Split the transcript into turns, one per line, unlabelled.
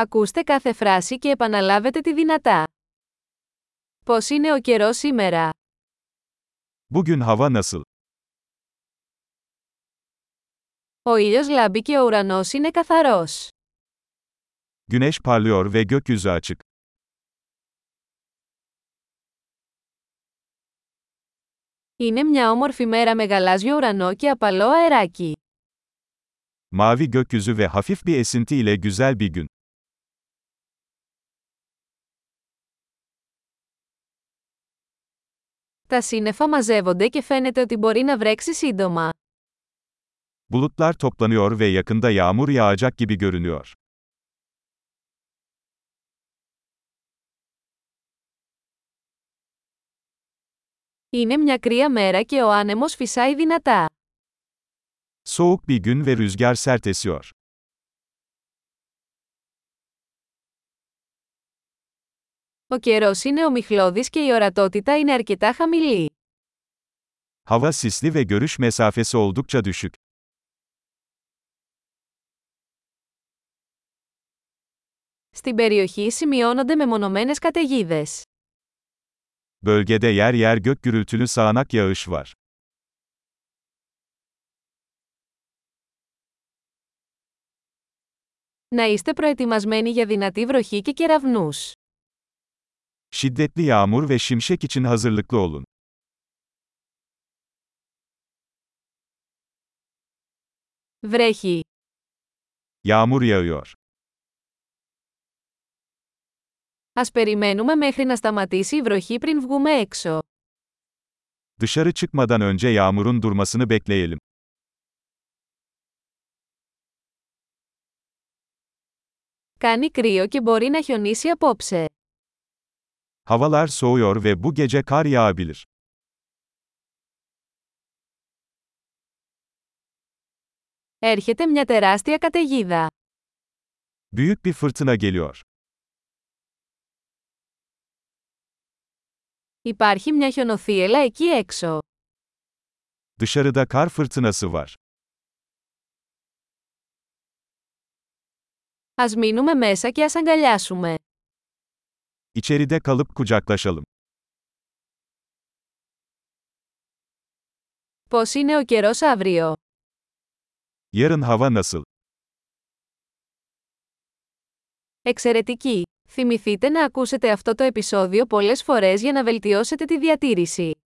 Ακούστε κάθε φράση και επαναλάβετε τη δυνατά. Πώς είναι ο καιρός σήμερα?
Bugün hava nasıl?
Ο ήλιος λάμπει και ο ουρανός είναι καθαρός.
Güneş parlıyor ve gökyüzü açık.
Είναι μια όμορφη μέρα με γαλάζιο ουρανό και απαλό αεράκι.
Mavi gökyüzü ve hafif bir esinti ile güzel bir gün.
Τα σύννεφα μαζεύονται και φαίνεται ότι μπορεί να βρέξει σύντομα.
Bulutlar toplanıyor ve yakında yağmur yağacak gibi görünüyor.
Είναι μια κρύα μέρα και ο άνεμος φυσάει δυνατά.
Soğuk bir gün ve rüzgar sert esiyor.
Ο καιρός είναι ομιχλώδης και η ορατότητα είναι αρκετά χαμηλή.
Hava sisli ve görüş mesafesi oldukça düşük.
Στην περιοχή σημειώνονται μεμονωμένες καταιγίδες.
Bölgede yer yer gök gürültülü sağanak yağış var.
Να είστε προετοιμασμένοι για δυνατή βροχή και κεραυνούς.
Şiddetli yağmur ve şimşek için hazırlıklı olun.
Βρέχει.
Yağmur yağıyor.
Ας περιμένουμε μέχρι να σταματήσει η βροχή πριν βγούμε έξω.
Dışarı çıkmadan önce yağmurun durmasını bekleyelim.
Κάνει κρύο και μπορεί να χιονίσει απόψε.
Havalar soğuyor ve bu gece kar yağabilir.
Έρχεται μια τεράστια καταιγίδα.
Büyük bir fırtına geliyor.
Υπάρχει μια χιονοθύελα εκεί έξω.
Dışarıda kar fırtınası var.
Ας μείνουμε μέσα και ας αγκαλιάσουμε.
İçeride kalıp kucaklaşalım.
Πώς είναι ο καιρός αύριο?
Yarın hava nasıl?
Εξαιρετική! Θυμηθείτε να ακούσετε αυτό το επεισόδιο πολλές φορές για να βελτιώσετε τη διατήρηση.